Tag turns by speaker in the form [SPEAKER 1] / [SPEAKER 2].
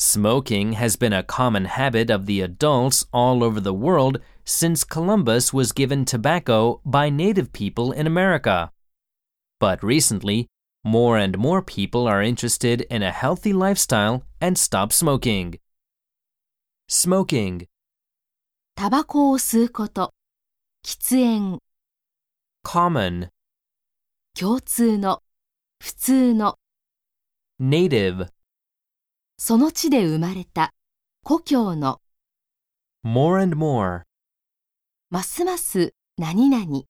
[SPEAKER 1] Smoking has been a common habit of the adults all over the world since Columbus was given tobacco by native people in America. But recently, more and more people are interested in a healthy lifestyle and stop smoking. Smoking,
[SPEAKER 2] タバコを吸うこと、喫煙、
[SPEAKER 1] common,
[SPEAKER 2] 共通の、普通の、
[SPEAKER 1] native,
[SPEAKER 2] その地で生まれた、故郷の、
[SPEAKER 1] more and more.
[SPEAKER 2] ますます何々。